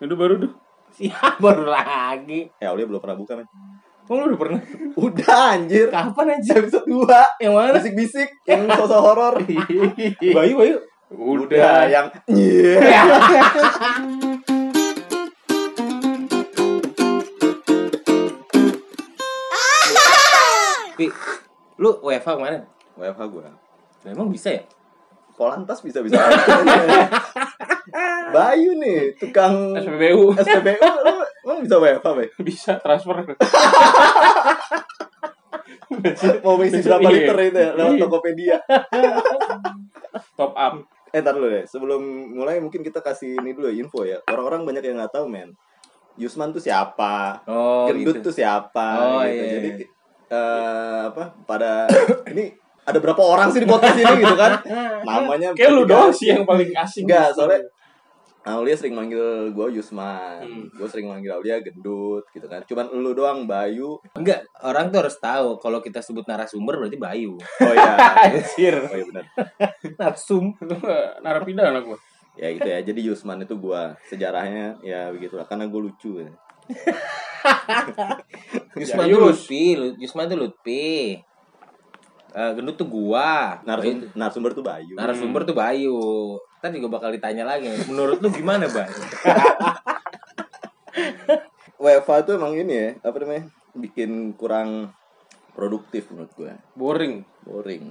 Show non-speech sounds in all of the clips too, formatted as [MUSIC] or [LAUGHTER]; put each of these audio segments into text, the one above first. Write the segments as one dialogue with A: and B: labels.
A: Udah baru tuh.
B: [LAUGHS] Ya baru lagi.
C: Ya Aulia belum pernah buka men
A: Oh, lu udah pernah.
C: Udah anjir
B: Kapan aja?
C: Episode 2
B: Yang mana?
C: Bisik-bisik Yang sosok horor
A: Bayu, Bayu.
C: Udah
A: Udah.
C: yang Nyeh.
B: Pi, lu WFH kemana?
C: WFH gue
B: Nah, emang bisa ya?
C: Polantas bisa-bisa aja. Bayu nih Tukang
A: SPBU
C: SPBU lu Emang bisa WFH Bay?
A: [LAUGHS] bisa transfer.
C: Mau mengisi berapa
A: Iya.
C: liter itu ya Lewat
A: Iya.
C: Tokopedia
A: Top
C: [LAUGHS]
A: up.
C: Eh tar dulu deh, sebelum mulai mungkin kita kasih ini dulu ya, info ya. Orang-orang banyak yang nggak tahu men. Yusman tuh siapa?
B: Oh,
C: Gendut
A: gitu.
C: tuh siapa?
B: Oh,
C: gitu.
B: iya,
C: Jadi
B: iya.
C: eh, apa? Pada [COUGHS] ini ada berapa orang sih di podcast ini gitu
A: [LAUGHS]
C: kan? Namanya
A: Kayak lu
C: bertiga.
A: doang sih yang paling asing.
C: Enggak, soalnya [LAUGHS] Aulia sering manggil gue Yusman,
A: Hmm.
C: gue sering manggil Aulia gendut gitu kan. Cuman lu doang Bayu.
A: [LAUGHS]
B: Enggak, orang tuh harus tahu kalau kita sebut narasumber berarti Bayu.
C: Oh iya.
A: Anjir.
C: Oh iya benar.
B: Narsum.
A: Lu narapidana gua.
C: Ya gitu ya. Jadi Yusman itu gua sejarahnya ya begitulah karena gue lucu. Ya.
B: Yusman
A: Jayus.
B: tuh Lutfi, Lu- Yusman tuh Lutfi. Eh, gendut tuh gua.
A: Oh, gitu.
B: Bayu
C: Narsum,
B: tuh-
C: narsumber tuh Bayu.
B: narasumber tuh Bayu. Tadi juga bakal ditanya lagi. Menurut lu gimana, Bay?
C: WFA tuh emang ini ya, apa namanya? Bikin kurang produktif menurut gue.
A: Boring.
C: Boring.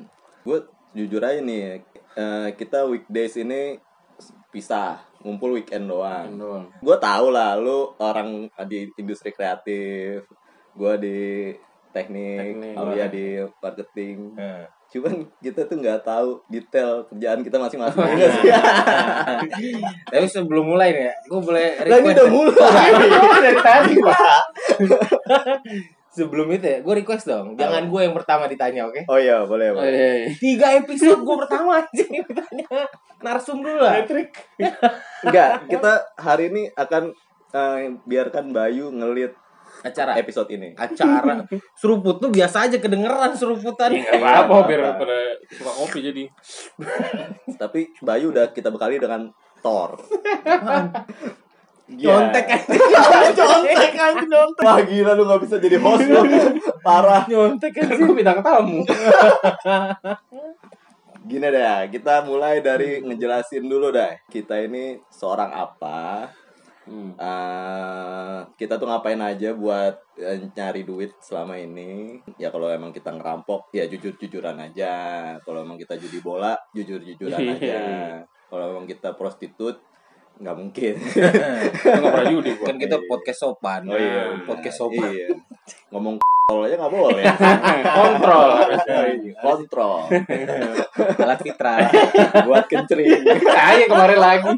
C: Gue jujur aja nih, eh, kita weekdays ini pisah, ngumpul weekend doang.
A: Doang.
C: Gue tau lah, lu orang di industri kreatif, gue di teknik, iya. Eh.
A: Teknik.
C: Aulia di marketing. Cuman kita tuh nggak tahu detail kerjaan kita masing-masing. Iya sih.
B: [LAUGHS] Tapi sebelum mulai nih, ya, gua boleh
C: Lah ini udah mulai.
B: [LAUGHS] dari tadi, Pak. sebelum itu ya, gua request dong. Jangan gua yang pertama ditanya, oke?
C: Oh iya, boleh, boleh.
B: Tiga episode gua pertama aja yang [LAUGHS] ditanya. Narsum dulu lah.
A: Patrick.
C: Enggak, kita hari ini akan eh, biarkan Bayu ngelit
B: Acara.
C: episode ini.
B: acara seruput tuh biasa aja kedengeran seruputan
A: Ya, nggak apa-apa biar pada suka kopi jadi.
C: Tapi Bayu udah kita bekali dengan Thor. Iya.
B: nyontek aja [LAUGHS]
C: Nyontek
B: aja nyontek
C: Wah gila lu gak bisa jadi host lu. Parah.
B: nyontek
A: Kan
B: aja
A: gua bintang tamu.
C: Gini deh, ya, kita mulai dari ngejelasin dulu deh. Kita ini seorang apa?
A: Hmm.
C: Eh, kita tuh ngapain aja buat eh, nyari duit selama ini? Ya kalau emang kita ngerampok, ya jujur-jujuran aja. Kalau emang kita judi bola, jujur-jujuran aja. Kalau emang kita prostitut, nggak mungkin.
A: Enggak pernah judi gua.
B: kan kita podcast sopan
C: Oh iya,
B: podcast sopan
C: Iya. Ngomong kontol aja nggak [LAUGHS] boleh.
A: [LAUGHS] Kontrol harusnya.
C: Kontrol
B: alat fitrah
C: buat kencering.
A: Kayak kemarin lagi.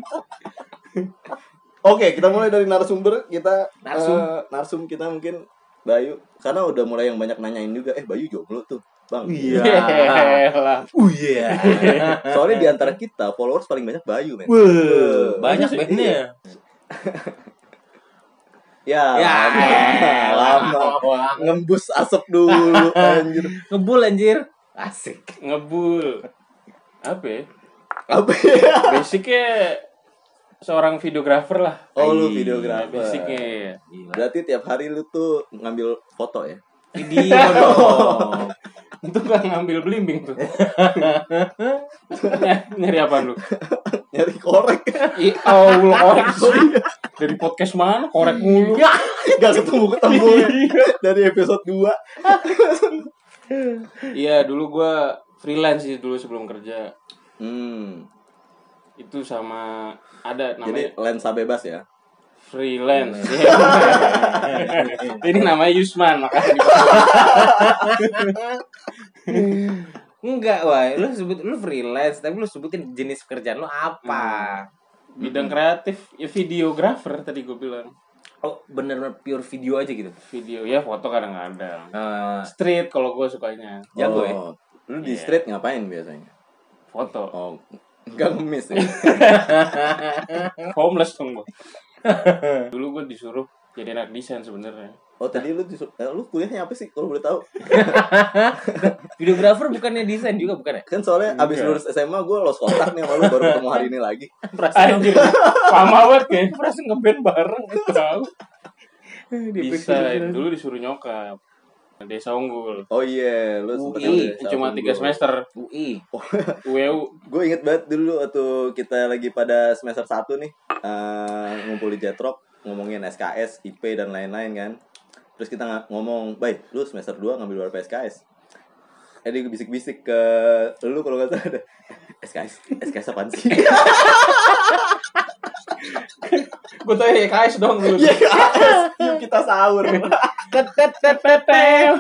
C: Oke, kita mulai dari narasumber kita
B: Narsum.
C: eh, narsum kita mungkin Bayu karena udah mulai yang banyak nanyain juga eh Bayu jomblo tuh. Bang.
B: Iya.
A: Yelah.
B: oh iya
C: Soalnya di antara kita followers paling banyak Bayu, men.
B: banyak
A: Iya.
B: bandnya
C: Ya,
B: Ya,
C: lama, lama. Ngembus asap dulu anjir.
B: ngebul anjir asik
A: Ngebul. Apa ya?
C: Apa ya?
A: Basicnya seorang videografer lah.
C: Oh, lu
A: Iya,
C: videografer.
A: Basicnya.
B: Gila.
C: Berarti tiap hari lu tuh ngambil foto ya.
B: video
C: Oh.
B: dong
A: Itu kan ngambil belimbing tuh. [LAUGHS] Ny- Nyari apa lu?
C: Nyari korek.
A: Ih, Ya Allah korek sih. Dari podcast mana? Korek mulu.
B: Ya.
C: Gak ketemu-ketemu ya. dari episode 2.
A: Iya, dulu gua freelance sih dulu sebelum kerja.
C: Hmm.
A: Itu sama ada namanya
C: Jadi lensa bebas ya.
A: freelance. [LAUGHS] Ini namanya Yusman, makanya
B: enggak wah lu sebut lu freelance tapi lu sebutin jenis kerjaan lu apa
A: bidang kreatif ya videografer tadi gue bilang
B: oh bener-bener pure video aja gitu
A: video ya foto kadang-kadang
B: Eh,
A: street kalau gue sukanya
B: Jago
C: oh,
B: ya?
C: Lu di
A: Iya.
C: street ngapain biasanya?
A: foto
C: Oh, enggak ngemis ya.
A: homeless dong gue dulu gue disuruh jadi anak desain sebenarnya
C: Oh tadi lu disu- eh, lu kuliahnya apa sih kalau boleh tahu?
B: Videografer bukannya desain juga bukan ya?
C: Kan soalnya abis
A: Iya.
C: lulus SMA gue lost kontak nih sama lu baru ketemu hari ini lagi.
B: Perasaan
A: Anjir. Lama banget kayaknya perasaan ngeband bareng gak tahu. Bisa
B: Bisa.
A: dulu disuruh nyokap. Desa Unggul.
C: Oh iya, lu
B: Ui,
C: sempet ngambil
A: Cuma
C: sampel
A: tiga
C: gua.
A: semester. E
B: UI.
A: UEU.
C: Gue inget banget dulu waktu kita lagi pada semester 1 nih eh, Ngumpul di Jetrok Ngomongin SKS, IP dan lain-lain kan Terus kita nga- ngomong Baik, lu semester 2 ngambil berapa SKS? Eh dia bisik-bisik ke lu kalau gak salah [LAUGHS] ada SKS, SKS apaan sih?
A: Gue tau ya KS dong dulu.
C: Iya SKS, [LAUGHS] yuk kita sahur
B: Tet tet tet tet. tet.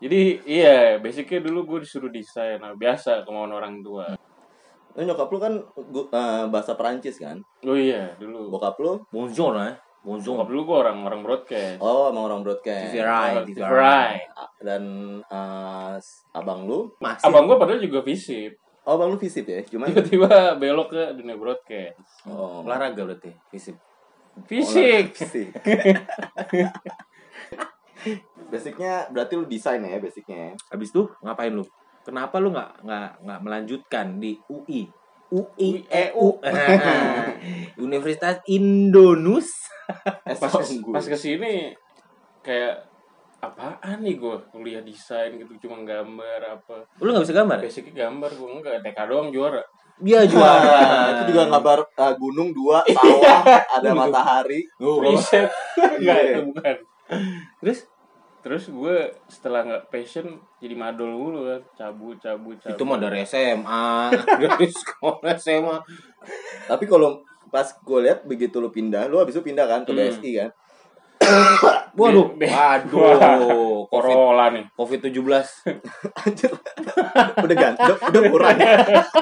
A: Jadi iya, basicnya dulu gue disuruh desain. Nah, biasa kemauan orang tua.
C: Lu nyokap lu kan gu- eh, bahasa Perancis kan?
A: Oh iya, dulu.
C: Bokap lu?
B: Bonjour eh. Bonjour.
A: Bokap dulu gue orang-orang broadcast.
C: Oh emang orang broadcast
B: TVRI,
A: Right.
C: Dan eh, abang lu?
B: Masih.
A: Abang gue padahal juga visip.
C: Oh abang lu visip ya? [LAUGHS] Cuman
A: [LAUGHS] Tiba-tiba belok ke dunia broadcast.
C: Oh,
B: olahraga berarti fisik.
A: Fisik.
C: Fisik. [LAUGHS] basicnya berarti lu desain ya basicnya.
B: Habis itu ngapain lu? Kenapa lu nggak nggak nggak melanjutkan di UI? UI EU E [LAUGHS] Universitas Indonus
A: Pas, pas kesini kayak apaan nih gue kuliah desain gitu cuma gambar apa
B: lu nggak bisa gambar ya?
A: basicnya gambar gue enggak TK doang juara
C: Iya,
B: dia
C: Wah,
B: juara
C: itu juga ngabar eh, gunung
A: [LAUGHS]
C: dua,
A: Iya.
C: sawah, ada matahari.
A: riset [LAUGHS] enggak
C: Iya.
A: itu bukan
B: terus
A: terus gue setelah nggak passion jadi madol dulu kan cabut cabut cabut
B: itu mah dari SMA [LAUGHS] dari sekolah SMA
C: Tapi kalau pas gue lihat begitu lu pindah, lu habis itu pindah kan ke
A: Hmm.
C: BSI kan.
B: waduh
A: Be- be-
B: waduh covid
A: Corolla nih
B: covid 17
C: Anjir. [LAUGHS] udah ganti, udah, udah kurang. ya.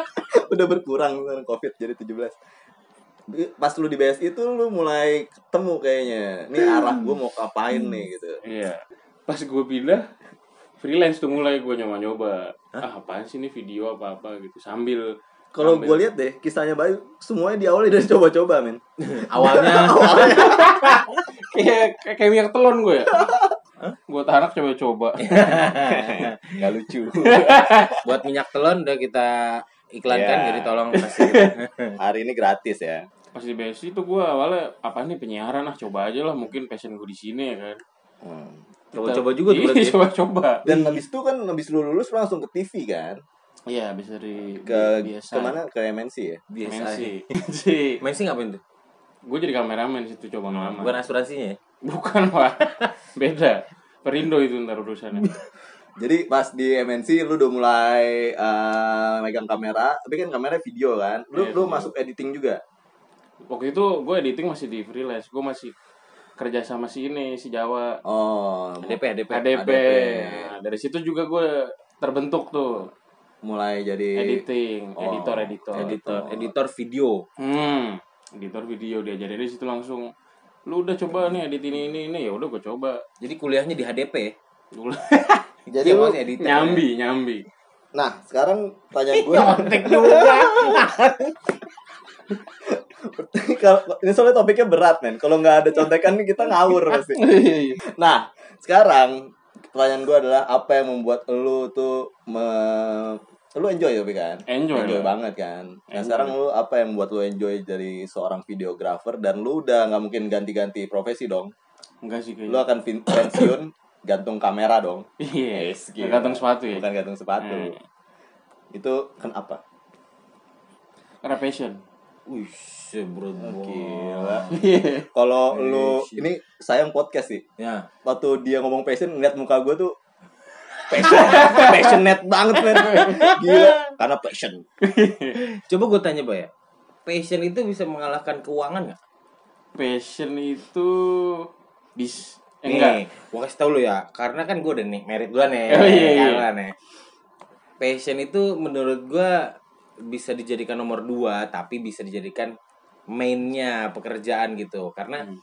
C: [LAUGHS] udah berkurang sekarang Covid jadi 17. Pas lu di BSI itu lu mulai ketemu kayaknya. Nih arah gue mau ngapain nih gitu.
A: iya pas gue pindah freelance tuh mulai gue nyoba nyoba ah, apaan sih ini video apa apa gitu sambil
C: Kalau
A: sambil- [LAUGHS]
C: gue lihat deh kisahnya Bayu semuanya diawali dari coba-coba [LAUGHS] men.
B: awalnya
C: [LAUGHS]
A: kayak Iya, kayak kayak minyak telon gue ya gue tarik coba-coba
B: Iya.
C: Gak [LAUGHS] lucu.
B: buat minyak telon udah kita iklankan
C: Ya.
B: jadi tolong [LAUGHS] kasih
C: Hari ini gratis ya.
A: [LAUGHS] pas di BSI tuh gue awalnya apa nih penyiaran ah coba aja lah mungkin passion gue di sini ya kan Iya,
B: coba-coba juga tuh
A: [LAUGHS]
B: berarti ya.
A: coba-coba
C: Hmm. Dan habis itu kan habis lu lulus lu langsung ke TV kan?
A: iya bisa dari
C: Ke
A: biasa
C: kemana? Ke MNC ya?
B: biasa
A: [LAUGHS]
B: aja.
A: Mensi Mensi
B: Mensi ngapain tuh
A: gue jadi kameramen situ coba ngelamar
B: bukan asuransinya ya?
A: bukan pak [LAUGHS] beda perindo itu ntar
C: [LAUGHS]
A: urusannya
C: Jadi pas di MNC lu udah mulai eh, megang kamera, tapi kan kamera video kan. Lu
A: Iya,
C: lu
A: video.
C: masuk editing juga.
A: waktu itu gue editing masih di freelance gue masih kerja sama si ini si Jawa
C: Oh, mu-
B: DP DP
A: HDP Nah, dari situ juga gue terbentuk tuh
C: mulai jadi
A: editing
C: Oh,
A: editor editor
B: editor editor video
A: Hmm, editor video diajarin di situ langsung. Lu udah coba nih edit ini ini ini ya udah gue coba. [LAUGHS]
B: jadi kuliahnya di HDP ya?
A: Dulu
C: Jadi
B: Iya,
C: lu,
B: maksudnya editor
C: kan.
A: nyambi, nyambi.
C: nah sekarang tanya gue
B: Nyontek juga
C: [LAUGHS] Kalau- ini soalnya topiknya berat men kalau nggak ada contekan nih kita ngawur
A: [LAUGHS]
C: pasti
A: Iya,
C: Nah, sekarang pertanyaan gue adalah apa yang membuat lu tuh me- lu enjoy tapi kan?
A: Enjoy. lah.
C: banget kan. Nah,
A: Enjoy.
C: sekarang lu apa yang membuat lu enjoy dari seorang videographer dan lu udah nggak mungkin ganti-ganti profesi dong.
A: Enggak sih
C: Lu
A: [LAUGHS] kayaknya.
C: akan fin- pensiun gantung kamera dong,
A: Iya,
C: Yes, gila.
A: gantung sepatu ya.
C: bukan gantung sepatu.
A: Hmm.
C: Itu kan kenapa?
A: Karena passion.
B: Wih,
C: Oh,
B: bro.
C: gila.
A: Iya.
C: Kalau lu
B: Passion.
C: ini sayang podcast sih.
B: Ya.
C: waktu dia ngomong passion ngeliat muka gue tuh [LAUGHS] passion passionate
B: [LAUGHS]
C: banget men gila karena passion
B: Coba gue tanya, Pak ya. Passion itu bisa mengalahkan keuangan nggak?
A: passion itu bis eh, enggak.
B: Nih, gue kasih tau lu ya. Karena kan gue udah nih, merit gue nih.
A: Oh, iya, iya.
B: Karena nih. Passion itu menurut gue bisa dijadikan nomor dua, tapi bisa dijadikan mainnya pekerjaan gitu. Karena
A: Hmm.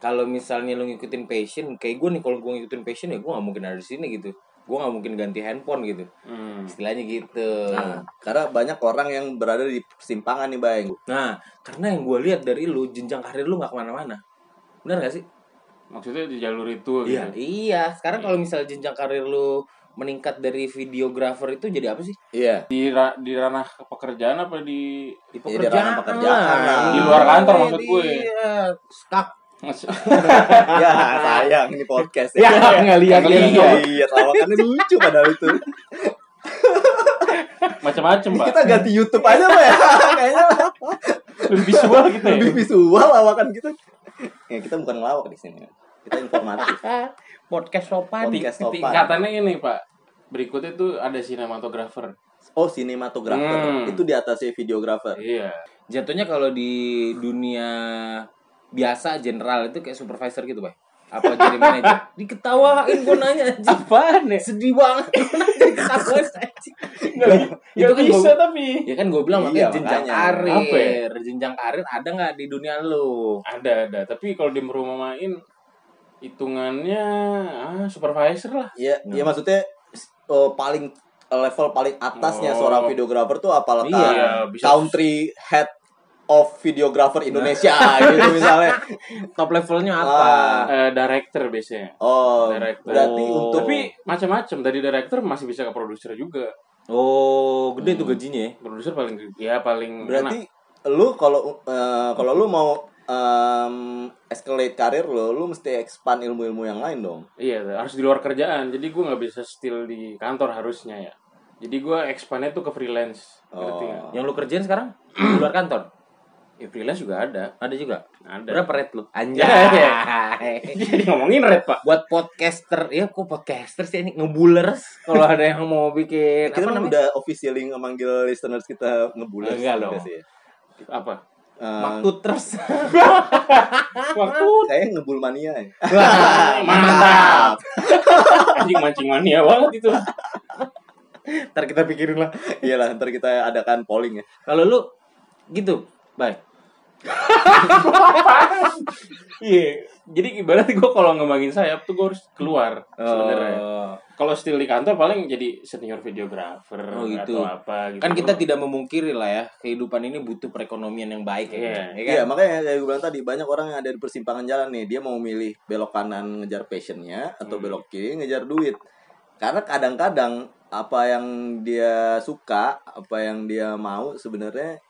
B: kalau misalnya lu ngikutin passion, kayak gue nih kalau gue ngikutin passion ya gue nggak mungkin ada di sini gitu. Gue nggak mungkin ganti handphone gitu.
A: Hmm.
B: Istilahnya gitu.
A: Ah.
C: nah, karena banyak orang yang berada di persimpangan nih bang
B: Nah, karena yang gue lihat dari lu, jenjang karir lu nggak kemana-mana. Benar gak sih?
A: Maksudnya di jalur itu gitu.
B: Iya.
D: Iya, sekarang kalau misal jenjang karir lu meningkat dari videographer itu jadi apa sih?
C: Iya.
A: Di ra- di ranah pekerjaan apa di
D: Di
C: Jadi ranah
D: pekerjaan.
C: pekerjaan lah.
A: Di luar
B: kan?
C: [LAUGHS]
A: kantor maksud gue.
D: Iya, skak.
C: ya sayang ini podcast
A: Iya,
B: Ya, nggak lihat
A: Nggak
B: lihat.
A: lihat.
C: Iya, iya, lawakannya lucu padahal itu.
A: macam-macam, Pak.
C: Kita ganti YouTube aja, Pak ya. [LAUGHS] Kayaknya
A: Lebih visual gitu ya.
C: lebih visual lawakan kita. Ya, kita bukan ngelawak di sini. Kita informatif.
D: Podcast sopan.
A: Ting-
C: Podcast sopan.
A: Tingkatannya ini, Pak. Berikutnya tuh ada sinematografer.
C: Oh, sinematografer.
A: Hmm.
C: Itu di atasnya videografer.
A: Iya.
B: Jatuhnya kalau di dunia biasa general itu kayak supervisor gitu, Pak. Apa jadi
C: [LAUGHS]
B: manajer? Diketawain gue nanya anjing.
A: Apaan ya?
B: Sedih banget. Jadi ketawain anjing.
A: Gak
B: kan
A: bisa
B: gua-
A: tapi.
B: Ya kan gue bilang
C: Iya,
B: makanya jenjang
C: makanya.
A: Apa ya?
B: karir. Jenjang karir ada nggak di dunia lu?
A: Ada, ada. Tapi kalau di rumah main, hitungannya ah, supervisor lah.
C: Iya,
B: Nah.
C: iya maksudnya s- oh, paling level paling atasnya
A: Oh.
C: seorang videografer tuh apalagi
A: Iya, bisa.
C: country head of videographer Indonesia
B: Nah.
C: [LAUGHS] gitu
B: [LAUGHS]
C: misalnya.
B: Top levelnya
C: Ah,
B: apa?
C: Wah.
A: Eh, director biasanya.
C: Oh,
A: Director.
C: berarti
B: Oh.
C: untuk
A: Tapi macam-macam dari director masih bisa ke produser juga.
B: Oh, gede
C: Hmm.
B: tuh gajinya ya.
A: Produser paling ya paling
C: berarti lu kalau eh, kalau lu mau em, escalate karir lo, lu mesti expand ilmu-ilmu yang lain dong.
A: Iya, harus di luar kerjaan. Jadi gue nggak bisa still di kantor harusnya ya. Jadi gue expandnya tuh ke freelance. Ngerti nggak?
C: Oh.
B: Yang lu kerjain sekarang di
C: Hmm.
B: luar kantor?
A: Ya freelance juga ada.
B: Ada juga.
A: Ada.
B: Berapa rate lu? [LAUGHS] Ya. Anjay.
A: Anjay. [LAUGHS] Jadi ngomongin red pak.
B: buat podcaster ya kok podcaster sih ini ngebulers kalau ada yang mau bikin
C: Kita
B: apa
C: kan
B: namanya
C: udah officialing manggil listeners kita ngebulan
B: Enggak dong.
A: Apa?
C: Eh,
B: maktuters
A: Waktu
C: kayak ngebul mania ya. [LAUGHS]
A: mantap. [LAUGHS] Anjing mancing mania banget itu.
B: ntar kita pikirin lah
C: [LAUGHS] Iyalah, ntar kita adakan polling ya.
B: kalau lu gitu baik
A: Iya. Jadi ibaratnya gue kalau ngembangin sayap tuh gue harus keluar sebenarnya.
B: Oh.
A: Kalau still di kantor paling jadi senior videographer
B: Oh, gitu.
A: atau apa gitu.
B: kan kita tidak memungkiri lah ya kehidupan ini butuh perekonomian yang baik ya,
A: Iya.
B: ya kan?
C: Iya, makanya kayak gue bilang tadi banyak orang yang ada di persimpangan jalan nih. Dia mau milih belok kanan ngejar passionnya
B: Hmm.
C: atau belok kiri ngejar duit. Karena kadang-kadang apa yang dia suka, apa yang dia mau sebenarnya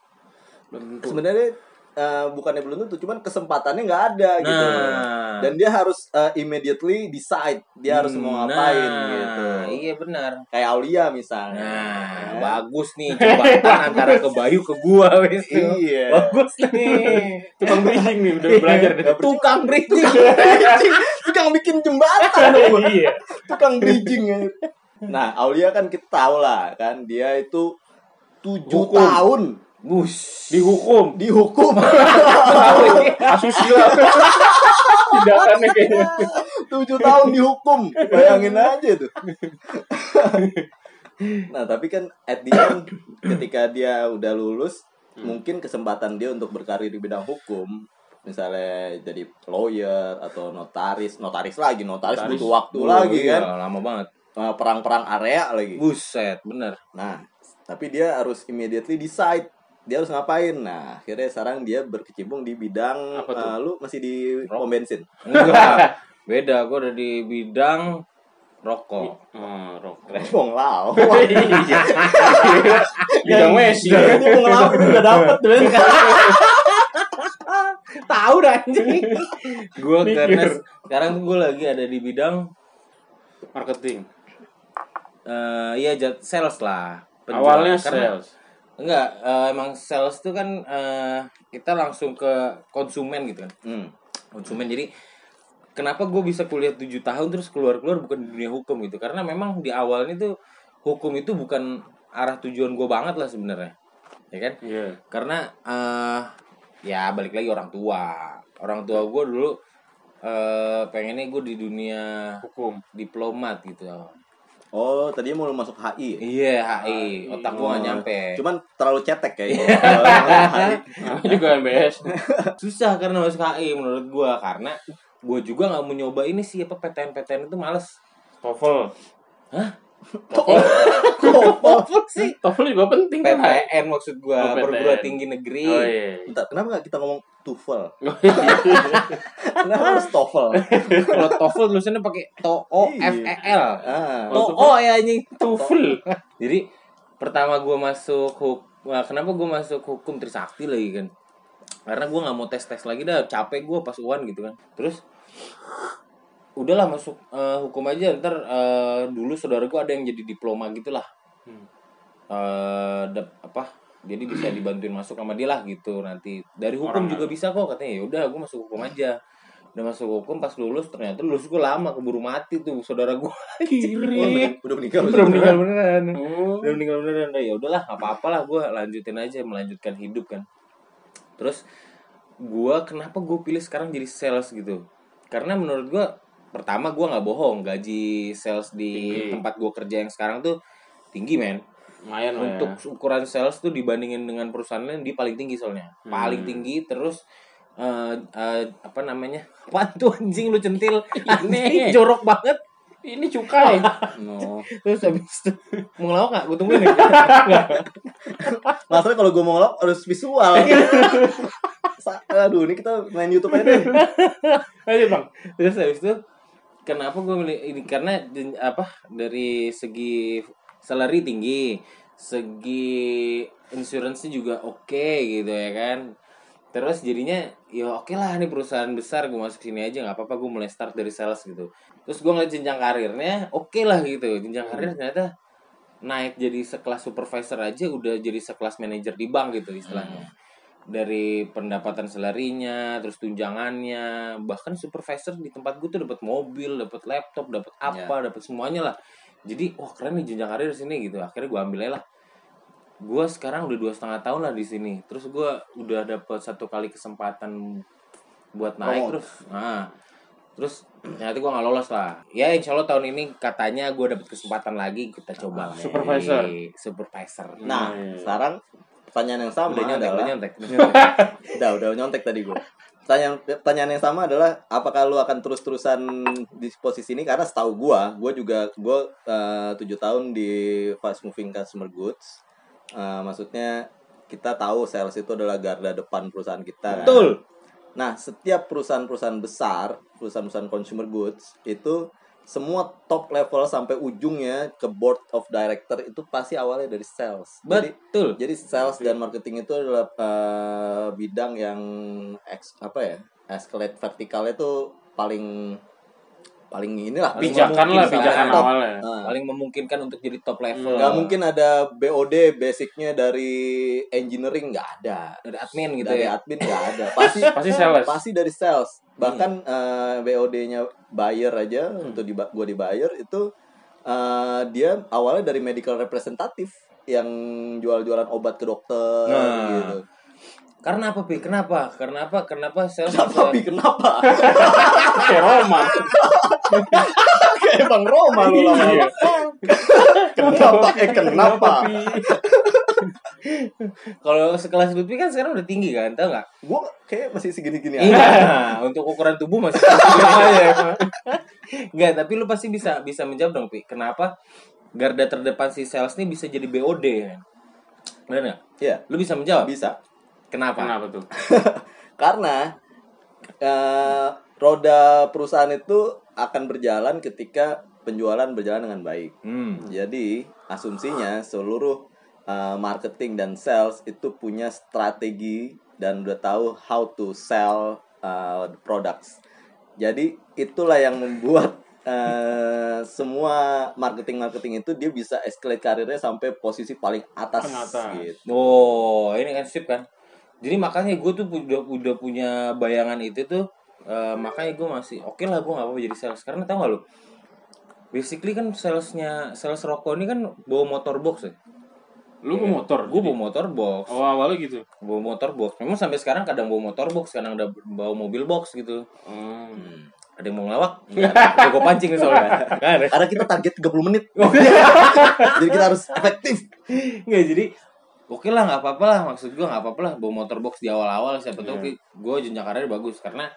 A: Belum tentu.
C: sebenarnya eh, bukannya belum tentu, cuman kesempatannya nggak ada gitu.
B: nah
C: Dan dia harus eh, immediately decide dia harus mau ngapain
B: Nah,
C: gitu.
B: iya benar
C: Kayak Aulia misalnya.
B: nah
C: Ya.
B: bagus nih jembatan antara ke Bayu ke gua wes tuh.
C: Iya.
B: bagus nih
A: Tukang bridging nih udah belajar dari
B: tukang bridging
C: [LAUGHS] Tukang bikin
A: [LAUGHS]
C: jembatan.
A: Iya.
C: tukang bridging ya. Nah, Aulia kan kita tahu lah kan dia itu tujuh
B: Hukum.
C: tahun
B: bus
A: [LAUGHS] Dihukum.
C: dihukum.
A: [LAUGHS] Asusila. tidak aneh kayaknya.
C: [LAUGHS] tujuh tahun dihukum. Bayangin aja tuh. nah, tapi kan at the end ketika dia udah lulus,
A: Hmm.
C: mungkin kesempatan dia untuk berkarir di bidang hukum misalnya jadi lawyer atau notaris, notaris lagi, notaris,
A: Notaris.
C: butuh waktu lagi
B: iya,
C: kan,
B: lama banget
C: Nah, perang-perang area lagi.
B: buset bener
C: Nah, tapi dia harus immediately decide dia harus ngapain. Nah, akhirnya sekarang dia berkecimpung di bidang
A: Apa tuh?
C: eh, lu masih di
B: Rokok.
C: pom
A: [LAUGHS]
C: bensin.
B: Enggak. Beda, gue udah di bidang rokok.
A: Oh, rokok.
C: Keren wong lao.
A: Iya. Bidang Messi.
C: Ini wong lao udah dapet Ben.
B: Tahu dah anjing. gue
A: Mikir.
B: karena sekarang gue lagi ada di bidang
A: [LAUGHS] Marketing.
B: eh ya jat- sales lah. Penjual.
A: Awalnya
B: Karena-
A: sales.
B: Enggak, eh, emang sales tuh kan eh, kita langsung ke konsumen gitu kan.
C: Hmm.
B: konsumen jadi kenapa gue bisa kuliah 7 tahun terus keluar keluar bukan di dunia hukum gitu karena memang di awalnya tuh hukum itu bukan arah tujuan gue banget lah sebenarnya ya kan
A: Iya.
B: karena eh ya balik lagi orang tua orang tua gue dulu eh pengennya gue di dunia
A: Hukum.
B: diplomat gitu
C: Oh, tadinya mau lu masuk HI. ya?
B: iya HI otak gue gak
C: Oh,
B: nyampe
C: Cuman terlalu cetek kayaknya. Kalau masuk HI.
A: Namanya Nah, juga MBS.
B: susah karena masuk HI menurut gue karena gue juga nggak mau nyoba ini sih apa PTN PTN itu males
A: TOEFL.
B: Hah?
C: Oh,
D: Apa sih?
A: TOEFL juga penting kan? Hai?
B: PTN maksud
A: Oh,
B: gua
A: PTN.
B: perguruan tinggi negeri
A: Oh iya.
C: Bentar, kenapa nggak kita ngomong
A: [LAUGHS]
C: tuval?
A: Oh, iya.
C: Kenapa harus toval?
B: kalau TOEFL tulisannya pakai to o f e l
A: Oh, iya.
C: Ah,
B: to o ya anjing
A: TOEFL.
B: jadi pertama gua masuk hukum kenapa gua masuk hukum Trisakti lagi kan karena gua nggak mau tes tes lagi dah capek gua pas uan gitu kan terus udahlah masuk eh, hukum aja ntar eh, dulu saudara gua ada yang jadi diploma gitulah Hmm. eh dap- apa jadi bisa dibantuin masuk sama dia lah gitu nanti dari hukum
A: Orang
B: juga bisa kok katanya ya udah gue masuk hukum aja udah masuk hukum pas lulus ternyata lulus gue lama keburu mati tuh saudara gue
A: Kiri.
C: udah meninggal.
B: udah meninggal beneran
A: Oh.
B: udah meninggal beneran Udah, ya udahlah apa apalah gue lanjutin aja melanjutkan hidup kan terus gue kenapa gue pilih sekarang jadi sales gitu karena menurut gue pertama gue nggak bohong gaji sales di
A: Tinggi.
B: tempat gue kerja yang sekarang tuh tinggi men
A: Lumayan lah ya.
B: untuk ukuran sales tuh dibandingin dengan perusahaan lain di paling tinggi soalnya
A: Hmm.
B: paling tinggi terus eh eh, apa namanya [LAUGHS] apaan tuh anjing lu
A: [LAUGHS]
B: centil aneh jorok banget
A: Ini [LAUGHS] cukai.
C: No.
B: terus habis itu mau ngelawak gak? gue tungguin ya
C: Masalahnya kalau gue mau ngelok harus [LAUGHS] visual. Sa- Aduh, ini kita main YouTube aja deh.
A: Ayo bang.
B: terus habis itu kenapa gue milih ini karena jen- apa dari segi salary tinggi segi insurance juga oke gitu ya kan terus jadinya ya oke lah nih perusahaan besar gue masuk sini aja nggak apa-apa gue mulai start dari sales gitu terus gue ngeliat jenjang karirnya oke lah gitu jenjang karir ternyata naik jadi sekelas supervisor aja udah jadi sekelas manajer di bank gitu istilahnya dari pendapatan salarinya, terus tunjangannya, bahkan supervisor di tempat gue tuh dapat mobil, dapat laptop, dapat apa, dapat semuanya lah. Jadi wah keren nih jenjang karir di sini gitu. Akhirnya gue ambil aja lah. Gue sekarang udah dua setengah tahun lah di sini. Terus gue udah dapat satu kali kesempatan buat naik
C: Promote.
B: terus. Nah, terus [CLEARS THROAT] nanti gue nggak lolos lah. Ya insya Allah tahun ini katanya gue dapat kesempatan lagi kita
C: Ah,
B: coba. lah.
A: Supervisor.
B: Hey, Supervisor.
C: Nah, sekarang pertanyaan yang sama
B: udah nyontek,
C: adalah
B: udah nyontek, udah nyontek.
C: udah udah nyontek tadi gue. Pertanyaan, pertanyaan yang sama adalah apakah lu akan terus-terusan di posisi ini karena setahu gua, gua juga gua eh, tujuh tahun di fast moving consumer goods. Eh, maksudnya kita tahu sales itu adalah garda depan perusahaan kita. kan?
B: Betul.
C: Nah, setiap perusahaan-perusahaan besar, perusahaan-perusahaan consumer goods itu semua top level sampai ujungnya ke board of director itu pasti awalnya dari sales. Jadi
B: Betul.
C: jadi sales dan marketing itu adalah eh, bidang yang ex, apa ya? Escalate vertikalnya itu paling paling inilah
B: Paling
A: Pijakan lah
B: mungkin
A: pijakan
C: salah.
A: awalnya.
C: Nah,
B: paling memungkinkan untuk jadi top level.
C: Hmm, nggak mungkin ada BOD basicnya dari engineering nggak ada.
B: dari admin gitu
C: dari
B: ya.
C: admin nggak ada. Pasti
A: [LAUGHS] Pasti sales. Hmm.
C: pasti dari sales bahkan eh, BOD-nya buyer aja untuk di gua di buyer itu eh, dia awalnya dari medical representative yang jual-jualan obat ke dokter
B: Nah.
C: gitu
B: Karena apa, Pi? Kenapa? Kenapa? Kenapa sales bisa-
C: kenapa Bi? kenapa
A: Kayak [LAUGHS] Roma.
C: kayak bang Roma lu lama
A: Iya.
C: kenapa eh kenapa
A: Pi?
B: Kalau sekelas Lutfi kan sekarang udah tinggi kan, tau nggak?
C: gua kayak masih segini-gini aja
B: Iya. [LAUGHS] untuk ukuran tubuh masih [LAUGHS] aja. Enggak, tapi lu pasti bisa bisa menjawab dong, Pi. Kenapa garda terdepan si sales ini bisa jadi BOD? kan? Benar nggak?
C: Iya,
B: Lu bisa menjawab.
C: bisa
B: Kenapa?
A: Kenapa tuh?
C: [LAUGHS] karena eh, roda perusahaan itu akan berjalan ketika penjualan berjalan dengan baik
B: Hmm.
C: Jadi asumsinya seluruh uh, marketing dan sales itu punya strategi dan udah tahu how to sell uh, the products. Jadi itulah yang membuat [LAUGHS] uh, semua marketing-marketing itu dia bisa escalate karirnya sampai posisi paling atas
A: Atas.
C: gitu.
B: Oh, ini kan sip kan. Jadi makanya gue tuh pu- udah, udah punya bayangan itu tuh. eh, makanya gue masih oke lah gue gak apa-apa jadi sales karena tau gak lu basically kan salesnya sales rokok ini kan bawa motor box ya
A: Lu gue motor.
B: gue bawa motor box
A: Oh awalnya gitu.
B: bawa motor box memang sampai sekarang kadang bawa motor box kadang ada bawa mobil box gitu
A: Hmm.
B: ada yang mau ngelawak Udah gue pancing nih soalnya Nggak ada.
C: Karena kita target 30 menit. [LAUGHS] Jadi kita harus efektif.
B: Nggak jadi Oke lah nggak apa-apa lah maksud gue nggak apa-apa lah bawa motor box di awal-awal siapa tahu gue jenjang karir bagus karena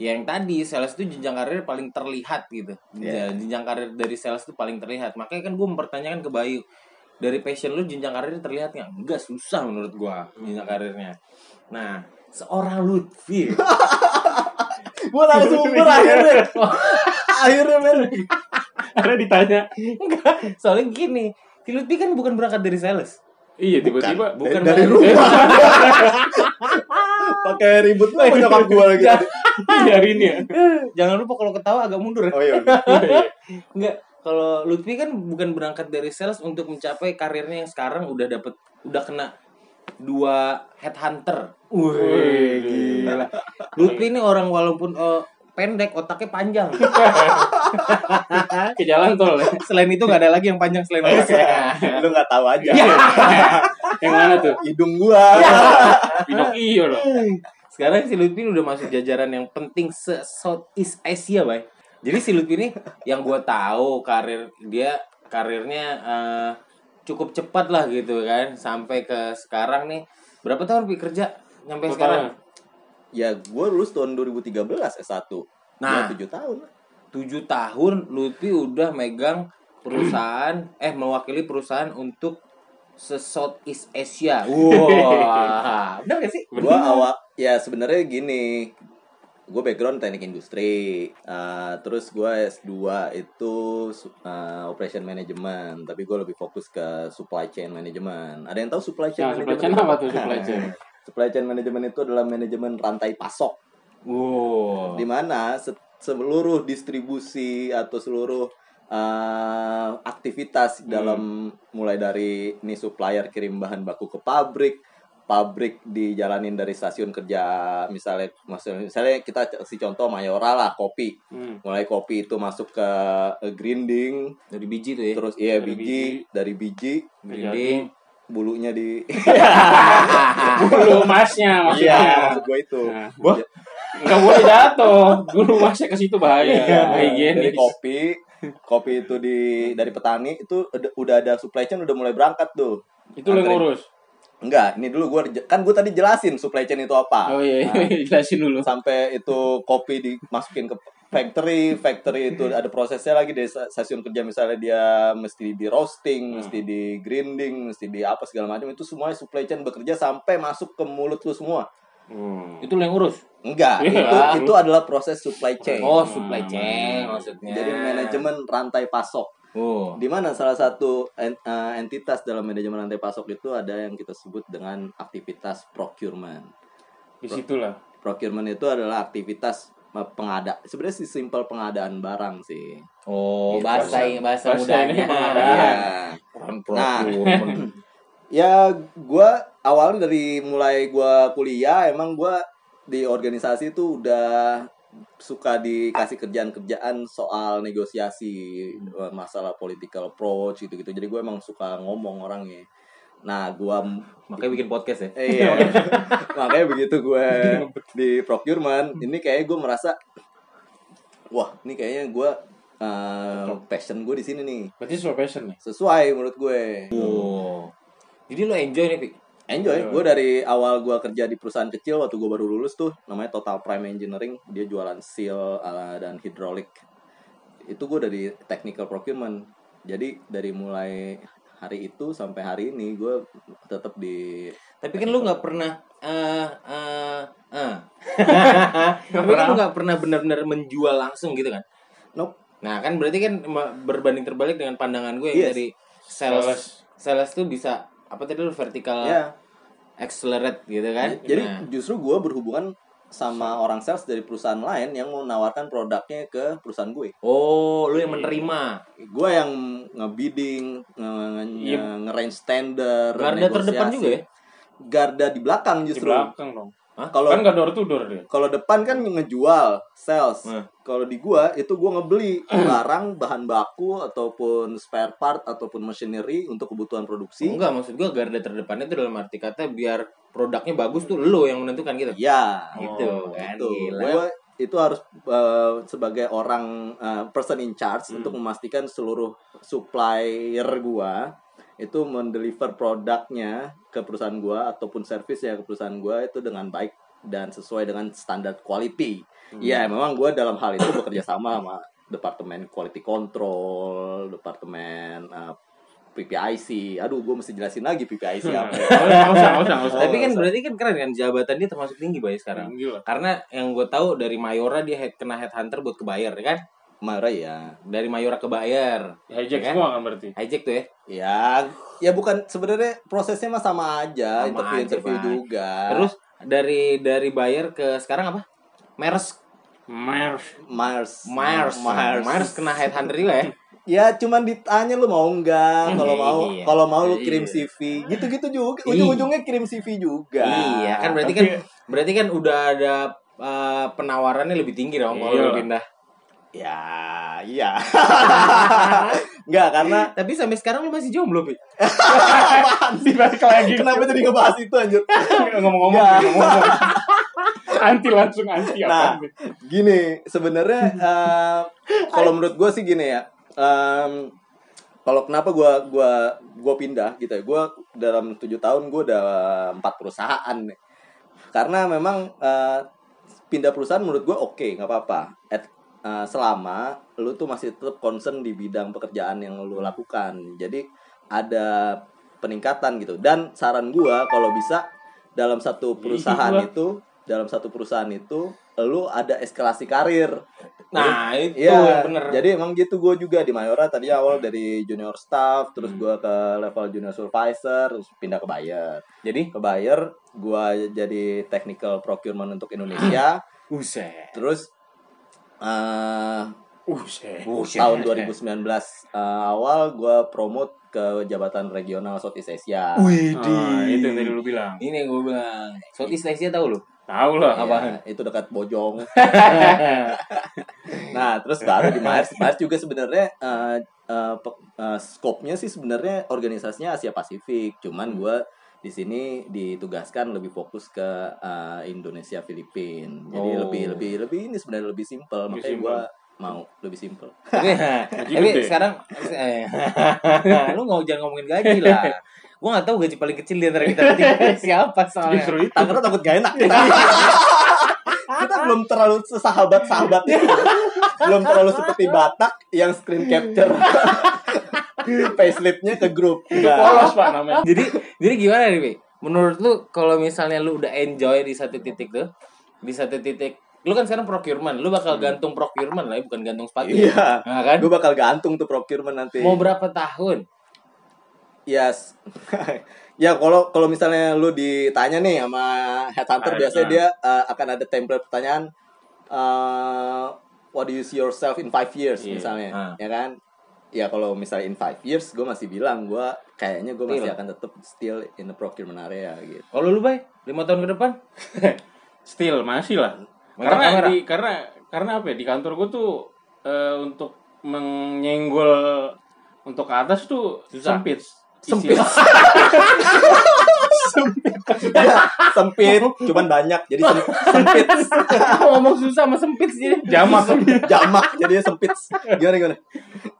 B: Ya, yang tadi sales itu jenjang karir paling terlihat gitu. Jenjang, jenjang karir dari sales itu paling terlihat. Makanya kan gue mempertanyakan ke Bayu dari passion lu jenjang karir terlihat nggak? Enggak susah menurut gua jenjang karirnya. Nah, seorang Lutfi
C: Gue narasumber akhirnya.
B: [LAUGHS]
C: akhirnya men.
A: [LAUGHS] Karena ditanya,
B: Soalnya gini, si Lutfi kan bukan berangkat dari sales.
A: iya tiba-tiba bukan
C: Bukan dari
A: main-
C: rumah. [LAUGHS] Pakai ribut lah nyokap gue lagi. tadi.
A: [LAUGHS] Iya, hari ini ya.
B: Jangan lupa kalau ketawa agak mundur ya.
C: [LAUGHS] Oh iya.
B: Enggak, kalau Lutfi kan bukan berangkat dari sales untuk mencapai karirnya yang sekarang udah dapet udah kena dua headhunter.
A: Wih,
B: gila. Lutfi ini orang walaupun eh, pendek otaknya panjang.
A: Ke jalan tol ya.
B: selain itu nggak ada lagi yang panjang selain otaknya.
C: Lu gak tahu aja.
A: Yang mana tuh?
C: Hidung gua.
A: Pinocchio loh.
B: Sekarang si Lutfi ini udah masuk jajaran yang penting se Southeast Asia, Bay. Jadi si Lutfi ini yang gua tahu karir dia karirnya eh, cukup cepat lah gitu kan sampai ke sekarang nih. Berapa tahun Pi kerja nyampe
A: Totalnya.
B: sekarang?
C: Ya gue lulus tahun 2013 S1.
B: Nah.
C: Ya, 7 tahun.
B: 7 tahun Lutfi udah megang perusahaan eh mewakili perusahaan untuk se Southeast Asia. Wah. Benar gak sih?
C: Gue awal ya sebenarnya gini. Gue background teknik industri. Eh, terus gue S2 itu su- eh, operation management, tapi gue lebih fokus ke supply chain management. Ada yang tahu supply chain
A: Nah, supply chain
C: management?
A: apa tuh supply chain?
C: [LAUGHS] Supply chain management itu adalah manajemen rantai pasok.
B: Wow.
C: di mana se- seluruh distribusi atau seluruh uh, aktivitas dalam mulai dari ini supplier kirim bahan baku ke pabrik pabrik dijalanin dari stasiun kerja misalnya maksudnya- misalnya kita kasih contoh Mayora lah kopi
A: Hmm.
C: mulai kopi itu masuk ke eh, grinding
B: Dari biji tuh ya.
C: terus iya
A: Dari
C: biji dari biji
B: Grinding.
C: bulunya di
A: Bulu emasnya maksudnya.
C: iya [LAUGHS] maksud gue itu
A: Nah. Nggak boleh jatuh. Bulu emasnya ke situ bahaya. Nggak
C: Iya. dari
A: Higienis.
C: kopi kopi itu di dari petani itu udah- udah ada supply chain udah mulai berangkat tuh
A: Itu lo yang
C: Antri.
A: ngurus.
C: enggak ini dulu gua kan gue tadi jelasin supply chain itu apa Nah,
A: Oh iya, iya. jelasin dulu.
C: sampai itu kopi dimasukin ke factory factory itu ada prosesnya lagi dari sta- stasiun kerja misalnya dia mesti di
A: Hmm.
C: roasting mesti di grinding mesti di apa segala macam itu semua supply chain bekerja sampai masuk ke mulut lu semua
A: Hmm.
B: Itu lo yang urus.
C: enggak
A: Iya.
C: itu itu adalah proses supply chain
B: Oh, supply chain maksudnya.
C: jadi
A: Iya.
C: manajemen rantai pasok
B: Oh.
C: di mana salah satu en- eh, entitas dalam manajemen rantai pasok itu ada yang kita sebut dengan aktivitas procurement.
A: Di situ lah.
C: Procurement itu adalah aktivitas eh, pengada sebenarnya sih simpel pengadaan barang sih.
B: Oh,
C: Gitu.
B: bahasa bahasa,
A: Bahasa ini
B: mudanya.
A: pengadaan.
B: Iya.
C: Iya. Nah, ya gua awalnya dari mulai gua kuliah emang gua di organisasi itu udah suka dikasih kerjaan-kerjaan soal negosiasi eh, masalah political approach gitu-gitu. Jadi gue emang suka ngomong orangnya. Nah, gua
B: [LAUGHS] Makanya bikin podcast ya.
C: Iya. [LAUGHS] Makanya begitu gue di procurement, ini kayaknya gue merasa wah, ini kayaknya gue eh, passion gue di sini nih.
A: Berarti sesuai passion nih.
C: Sesuai menurut gue.
B: Oh. Jadi lo enjoy nih, Pi.
C: Enjoy. Gue dari awal gue kerja di perusahaan kecil waktu gue baru lulus tuh namanya Total Prime Engineering, dia jualan seal eh, dan hidrolik. Itu gue dari technical procurement. Jadi dari mulai hari itu sampai hari ini gue tetap di
B: Tapi kan lo nggak pernah eh eh
C: [LAUGHS]
B: eh. Tapi kan lo nggak pernah benar-benar menjual langsung gitu kan.
C: nope
B: Nah, kan berarti kan me- berbanding terbalik dengan pandangan gue yang
C: Yes.
B: dari sales.
A: Sales.
B: Sales, tuh bisa apa tadi lo vertical
C: ya
B: accelerate gitu kan.
C: Jadi
B: Nah.
C: justru gue berhubungan sama orang sales dari perusahaan lain yang mau nawarkan produknya ke perusahaan gue.
B: Oh, lu yang menerima.
C: Gue yang ngebidding, nge, nge,
A: Iya.
C: nge-range tender,
B: Garda
C: negosiasi.
B: terdepan juga ya?
C: Garda di belakang
A: Di
C: justru.
A: belakang dong.
C: Kalau
A: Kan nggak door to door dia.
C: kalau depan kan ngejual sales. Kalau di gua itu gua ngebeli barang, bahan baku ataupun spare part ataupun machinery untuk kebutuhan produksi.
B: Enggak, maksud gua garda terdepannya itu dalam arti kata biar produknya bagus tuh lo yang menentukan gitu.
C: Ya,
B: gitu kan.
C: itu
B: gila.
C: Gua itu harus eh, sebagai orang eh, person in charge
B: Hmm.
C: untuk memastikan seluruh supplier gua itu mendeliver produknya ke perusahaan gua ataupun servisnya ke perusahaan gua itu dengan baik dan sesuai dengan standar quality.
B: Hmm.
C: Ya, memang gue dalam hal itu bekerja
B: [COUGHS]
C: sama sama departemen quality control, departemen eh, PPIC. Aduh, gue mesti jelasin lagi PPIC
B: Hmm.
A: Nggak
C: apa.
A: usah, nggak usah, nggak usah.
B: Tapi kan berarti kan keren kan jabatan dia termasuk tinggi bay sekarang.
A: Gila.
B: Karena yang gue tahu dari Mayora dia head, kena headhunter buat ke Bayer ya kan?
C: Marah ya.
B: Dari Mayora ke Bayer.
A: Hijack
B: Ya
C: Iya
B: kan?
A: semua kan berarti.
B: Hijack tuh ya.
C: Ya, ya bukan sebenarnya prosesnya mah sama
B: Sama
C: aja,
B: aja,
C: interview-interview
B: Pak.
C: juga.
B: Terus dari dari Bayer ke sekarang apa? Mers
A: Mers.
C: Mars,
B: Mars
C: Mars,
B: Mars kena headhunter juga ya.
C: Ya cuman ditanya lu mau nggak, kalau
B: Iya,
C: mau
B: iya.
C: kalau mau lu kirim
B: Iya.
C: CV, gitu-gitu juga.
B: Iya.
C: Ujung-ujungnya kirim CV juga.
B: Iya kan berarti kan berarti kan udah ada eh, penawarannya lebih tinggi dong kalau
A: Iya.
B: lu pindah.
C: Ya, iya. [LAUGHS] Enggak karena
B: Tapi sampai sekarang lu masih jomblo, Pi.
A: Apaan sih balik
B: Iya.
A: lagi?
C: kenapa jadi ngebahas itu anjir? Ya.
A: Ngomong-ngomong,
C: Nggak.
A: ngomong-ngomong. Anti langsung anti
C: Nah,
A: apa?
C: gini, sebenarnya eh, kalau menurut gue sih gini ya. em, kalau kenapa gue gua gua pindah gitu ya. Gue dalam tujuh tahun gue udah empat perusahaan nih. Karena memang eh, pindah perusahaan menurut gue oke, nggak apa-apa. At- eh, selama lu tuh masih tetap concern di bidang pekerjaan yang lu lakukan. Jadi ada peningkatan gitu. Dan saran gue kalau bisa dalam satu perusahaan
A: Iya.
C: itu dalam satu perusahaan itu lu ada eskalasi karir.
B: Nah, itu yang
C: Iya,
B: bener.
C: jadi emang gitu gue juga di Mayora tadi awal dari junior staff, terus gue ke level junior supervisor, terus pindah ke buyer.
B: Jadi,
C: Ke buyer, gue jadi technical procurement untuk
B: [CLEARS THROAT]
C: Indonesia,
B: buset.
C: terus eh
A: Buset.
B: Oh,
C: tahun 2019 eh, awal gue promote ke jabatan regional Southeast Asia.
B: Nah,
A: Ah, itu yang tadi lu bilang.
B: Ini yang gue bilang. Southeast Asia tahu lu?
A: Tahu lah.
C: Iya, itu dekat Bojong.
B: [LAUGHS]
C: nah, terus baru di Mars. Mars juga sebenarnya eh eh, pe- eh, skopnya sih sebenarnya organisasinya Asia Pasifik. Cuman gua di sini ditugaskan lebih fokus ke eh, Indonesia Filipina. Jadi
B: Oh.
C: lebih lebih lebih ini sebenarnya lebih simpel.
A: Lebih
C: Makanya gua mau lebih simpel.
B: Tapi, tapi
A: gede.
B: sekarang eh, [LAUGHS] lu nggak jangan ngomongin gaji lah. Gue nggak tahu gaji paling kecil di antara kita bertiga siapa soalnya.
A: Justru itu.
C: Tangerang takut gak enak. Kita, [LAUGHS] Kita belum terlalu sesahabat sahabatnya. belum terlalu seperti Batak yang screen capture. Facelipnya ke grup. Nah,
A: Polos pak
B: [LAUGHS]
A: namanya.
B: Jadi jadi gimana nih, Pi? Menurut lu kalau misalnya lu udah enjoy di satu titik tuh, di satu titik lu kan sekarang procurement, lu bakal gantung procurement lah, ya, bukan gantung sepatu. ya.
C: iya.
B: Nah, kan?
C: Gue bakal gantung tuh procurement nanti.
B: Mau berapa tahun?
C: Yes. [LAUGHS] ya kalau kalau misalnya lu ditanya nih sama
A: Ah,
C: headhunter biasanya
A: ah.
C: dia eh, akan ada template pertanyaan eh, what do you see yourself in five years
A: Iya,
C: misalnya,
B: ah.
C: ya kan? Ya kalau misalnya in five years gue masih bilang gue kayaknya gue
A: Iya.
C: masih
B: Still.
C: akan tetap still in the procurement area gitu. [LAUGHS]
B: Kalau lu bay, lima tahun ke depan?
A: Still masih lah.
B: Megang
A: Karena
B: kamera.
A: di karena karena apa ya di kantor gue tuh eh, untuk menyenggol untuk ke atas tuh sempit.
C: Sempit. Ya, sempit, cuman banyak jadi sem- sempit
B: ngomong susah sama sempit sih.
A: Jamak.
C: jamak jadinya sempit. Gimana gimana?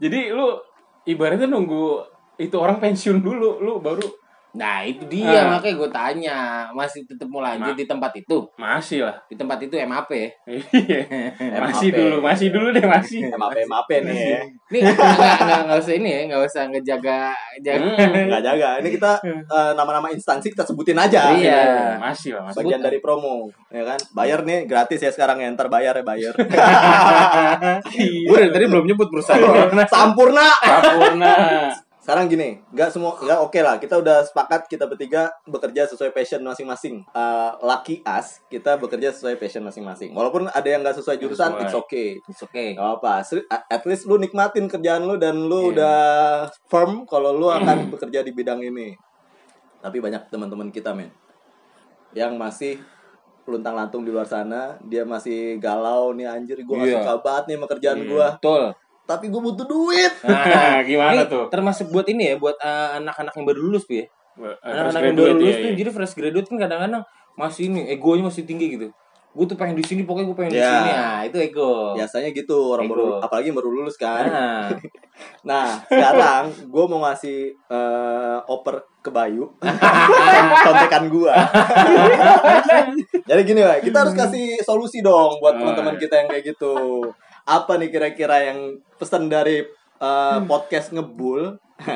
A: Jadi lu ibaratnya nunggu itu orang pensiun dulu, lu baru
B: Nah itu
A: Ah.
B: dia makanya gue tanya masih tetap mau lanjut di tempat itu
A: masih lah.
B: di tempat itu MAP ya.
A: Iya. masih
C: MAP.
A: dulu, masih dulu deh masih. Iya.
C: MAP MAP nih ya.
B: Nih nggak nggak- nggak usah ini ya nggak usah ngejaga jaga.
A: Hmm.
C: Nggak jaga. Ini kita eh, nama-nama instansi kita sebutin aja. Gitu.
B: Iya.
A: Masih lah, masih.
C: Bagian dari promo, ya kan? Bayar nih gratis ya sekarang ya. Ntar bayar ya bayar.
B: Gue dari tadi belum nyebut
C: Oh,
B: perusahaan.
C: Sampurna.
A: Sampurna.
C: Sekarang gini, nggak semua, nggak oke lah. Kita udah sepakat kita bertiga bekerja sesuai passion masing-masing. Eh, lucky us, kita bekerja sesuai passion masing-masing. Walaupun ada yang nggak sesuai jurusan,
A: Sesuai.
C: it's okay.
B: It's okay.
C: Gak apa, at least lu nikmatin kerjaan lu dan lu
B: Iya. Hmm.
C: udah firm kalau lu akan bekerja di bidang ini. Tapi banyak teman-teman kita men yang masih luntang lantung di luar sana, dia masih galau nih anjir gua nggak
B: Iya. Iya.
C: suka banget nih sama kerjaan
A: Iya.
C: gua,
B: Betul.
C: tapi gua butuh duit.
A: Nah, gimana
B: Ini
A: tuh?
B: termasuk buat ini ya buat eh, anak-anak yang baru lulus Pi, ya.
A: Anak-anak iya,
B: Anak-anak yang baru lulus tuh jadi fresh graduate kan kadang-kadang masih ini egonya masih tinggi gitu. gue tuh pengen di sini pokoknya gue pengen di
C: Ya.
B: sini nah itu ego
C: Biasanya gitu orang baru
B: Ego.
C: apalagi baru lulus kan.
B: nah
C: Nah, sekarang gue mau ngasih eh, oper ke Bayu contekan gue. Jadi gini, Bay, kita harus kasih solusi dong buat
A: Oh,
C: teman-teman
A: iya.
C: kita yang kayak gitu. Apa nih kira-kira yang pesan dari eh, podcast ngebul? [LAUGHS]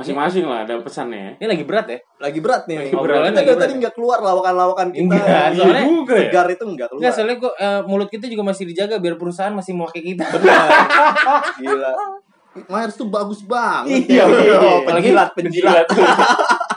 A: Masing-masing lah ada pesannya.
B: ini lagi berat ya
C: Lagi berat nih.
A: Lagi berat,
C: kita
A: lagi
C: dari
A: berat.
C: tadi nggak keluar lawakan-lawakan kita.
B: Nggak,
A: Iya
B: soalnya-
A: juga ya.
C: Segar itu nggak keluar.
B: Enggak, soalnya gua, eh, mulut kita juga masih dijaga biar perusahaan masih memakai kita.
C: Benar. Gila. Myers tuh bagus banget.
A: Iya, iya.
C: Penjilat, penjilat.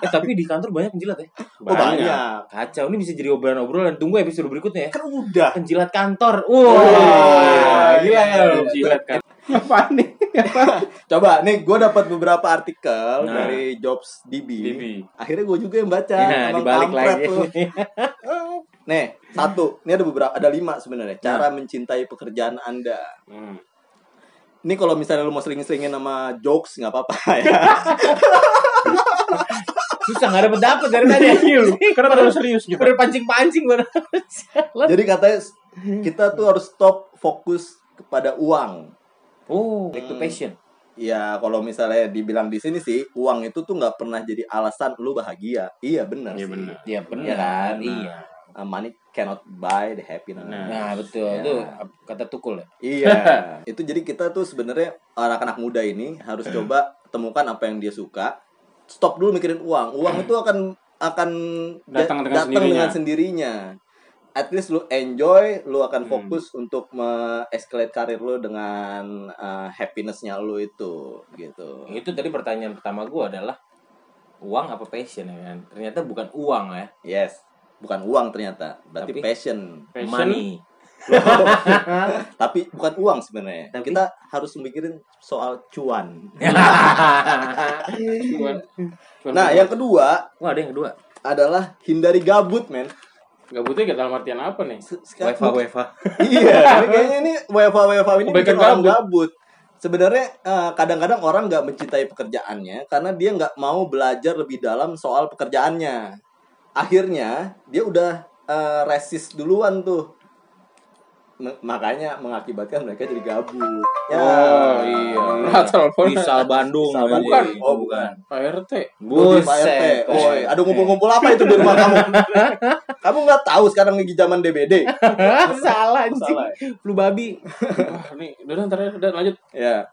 B: eh, tapi di kantor banyak penjilat ya.
C: Oh, banyak.
B: Kacau, ini bisa jadi obrolan-obrolan. Tunggu episode berikutnya ya.
C: Kan udah.
B: Penjilat kantor.
C: Wah,
B: Wah,
A: gila ya lu
C: Iya.
A: jilat kan. Apaan nih?
C: [LAUGHS] Coba nih gue dapat beberapa artikel
B: Nah.
C: dari Jobs DB.
A: DB.
C: Akhirnya gue juga yang baca.
B: Nah,
C: Emang
B: dibalik
C: kampret
B: lagi.
C: lu. Nih, satu. Ini ada beberapa, ada lima sebenarnya. Cara mencintai pekerjaan Anda.
A: Hmm.
C: Ini kalau misalnya lu mau seling-selingin sama jokes nggak apa-apa [LAUGHS] ya.
B: [LAUGHS] Susah nggak dapet dapet dari tadi.
A: Iya lu, kenapa terlalu serius gitu?
B: Udah pancing-pancing bener.
C: Jadi katanya kita tuh harus stop fokus kepada uang.
B: Oh, back to passion.
C: Ya kalau misalnya dibilang di sini sih uang itu tuh nggak pernah jadi alasan lu bahagia. Iya benar.
A: Iya
C: sih.
A: benar.
B: Iya bener
C: Iya kan?
B: kan? Iya.
C: Uh, money cannot buy the happiness.
A: Nah.
B: Nah, betul.
C: Ya.
B: Itu kata tukul ya.
C: Iya. [LAUGHS] itu jadi kita tuh sebenarnya anak-anak muda ini harus
A: Hmm.
C: coba temukan apa yang dia suka. Stop dulu mikirin uang. Uang itu akan akan
A: Hmm.
C: da-
A: Datang dengan sendirinya.
C: dengan sendirinya. At least lu enjoy, lu akan
A: Hmm.
C: fokus untuk me-escalate karir lu dengan uh, happiness-nya lu itu gitu.
B: Itu tadi pertanyaan pertama gua adalah uang apa passion ya kan? Ternyata bukan uang ya.
C: Yes. Bukan uang ternyata, berarti
B: Tapi- [LAUGHS]
C: passion.
A: Passion.
B: Money.
C: Tapi bukan uang sebenarnya.
B: Tapi-
C: Kita harus mikirin soal cuan.
A: Ya, Cuman, cuman
C: Nah, yang kedua
B: Wah, ada yang kedua.
C: adalah hindari gabut, men.
A: gabutnya gak ya, dalam artian apa nih?
C: Se- sekarang-
B: Wefa, wefa.
C: [LAUGHS] iya, ini kayaknya ini WFA WFA ini
A: Kebaikan
C: bikin orang
A: gabut.
C: gabut. Sebenarnya eh, kadang-kadang orang nggak mencintai pekerjaannya karena dia nggak mau belajar lebih dalam soal pekerjaannya. Akhirnya dia udah eh, resist duluan tuh. Me- makanya mengakibatkan mereka jadi gabut. Ya.
A: Oh iya. Nah, telepon.
B: Misal Bandung.
C: Misal Bandung.
B: namanya.
C: Oh, bukan.
A: Pak RT.
C: Lu di Pak Oh, RT.
B: Buset.
C: Oi, aduh ngumpul-ngumpul apa itu di rumah kamu?
A: [LAUGHS]
C: kamu nggak tahu sekarang lagi zaman DBD.
B: Salah anjing.
C: Salah.
B: Lu babi.
A: Wah, ya. Ah, nih, udah ntar udah lanjut.
C: Ya.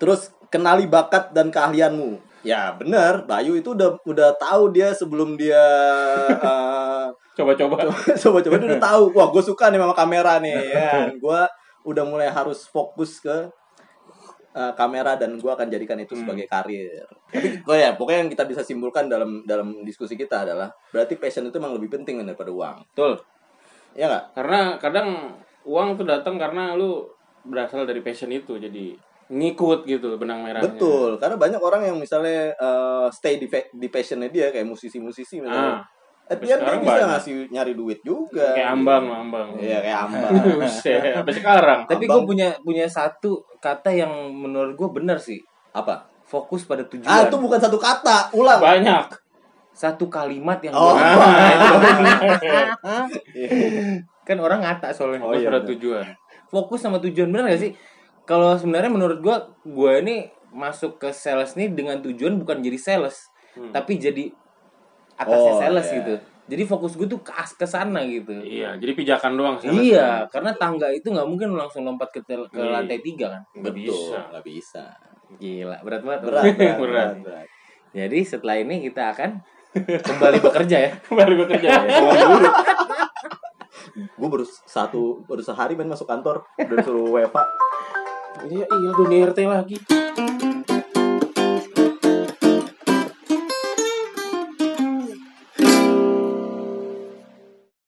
C: Terus kenali bakat dan keahlianmu. Ya bener, Bayu itu udah udah tahu dia sebelum dia eh,
A: Coba-coba.
C: coba-coba dia udah tahu. Wah, gue suka nih sama kamera nih. Ya, gue udah mulai harus fokus ke eh, kamera dan gue akan jadikan itu sebagai karir. Tapi gue ya pokoknya yang kita bisa simpulkan dalam dalam diskusi kita adalah berarti passion itu memang lebih penting daripada uang.
B: Betul.
C: Iya nggak?
A: Karena kadang uang tuh datang karena lu berasal dari passion itu jadi ngikut gitu benang merahnya.
C: Betul, karena banyak orang yang misalnya eh, stay di, fa- di passionnya dia kayak musisi-musisi
A: Ah.
C: misalnya. At the end dia
A: Sekarang
C: bisa
A: banyak.
C: ngasih nyari duit juga.
A: Kayak ambang, ambang.
C: Iya, kayak
A: [LAUGHS]
C: ambang.
A: Buset, sampai sekarang.
B: Tapi gue
C: Abang.
B: punya punya satu kata yang menurut gue benar sih.
C: Apa?
B: Fokus pada tujuan.
C: Ah, itu bukan satu kata, ulang.
A: Banyak.
B: Satu kalimat yang
C: Oh.
B: benar.
A: Ah,
C: Iya.
B: kan orang ngata soalnya.
A: Oh,
C: Oh, iya,
A: iya,
C: bener.
A: tujuan.
B: Fokus sama tujuan benar gak sih? Kalau sebenarnya menurut gue, gue ini masuk ke sales nih dengan tujuan bukan jadi sales,
C: Hmm.
B: tapi jadi atasnya
C: Oh,
B: sales
C: iya.
B: gitu. Jadi fokus gue tuh ke ke sana gitu.
A: Iya, jadi pijakan doang sih.
B: Iya, karena tangga itu nggak mungkin langsung lompat ke, tel- ke
A: Iya.
B: lantai tiga kan.
A: Nggak
C: Betul,
A: bisa.
C: nggak bisa.
B: Gila, berat banget.
A: [LAUGHS]
C: Berat, berat, berat, berat.
B: Jadi setelah ini kita akan [LAUGHS] kembali bekerja ya.
A: Baru gue kerja
C: Iya,
A: ya.
C: Gue baru satu baru sehari main masuk kantor udah suruh WFA.
A: Iya, iya dunia RT lagi.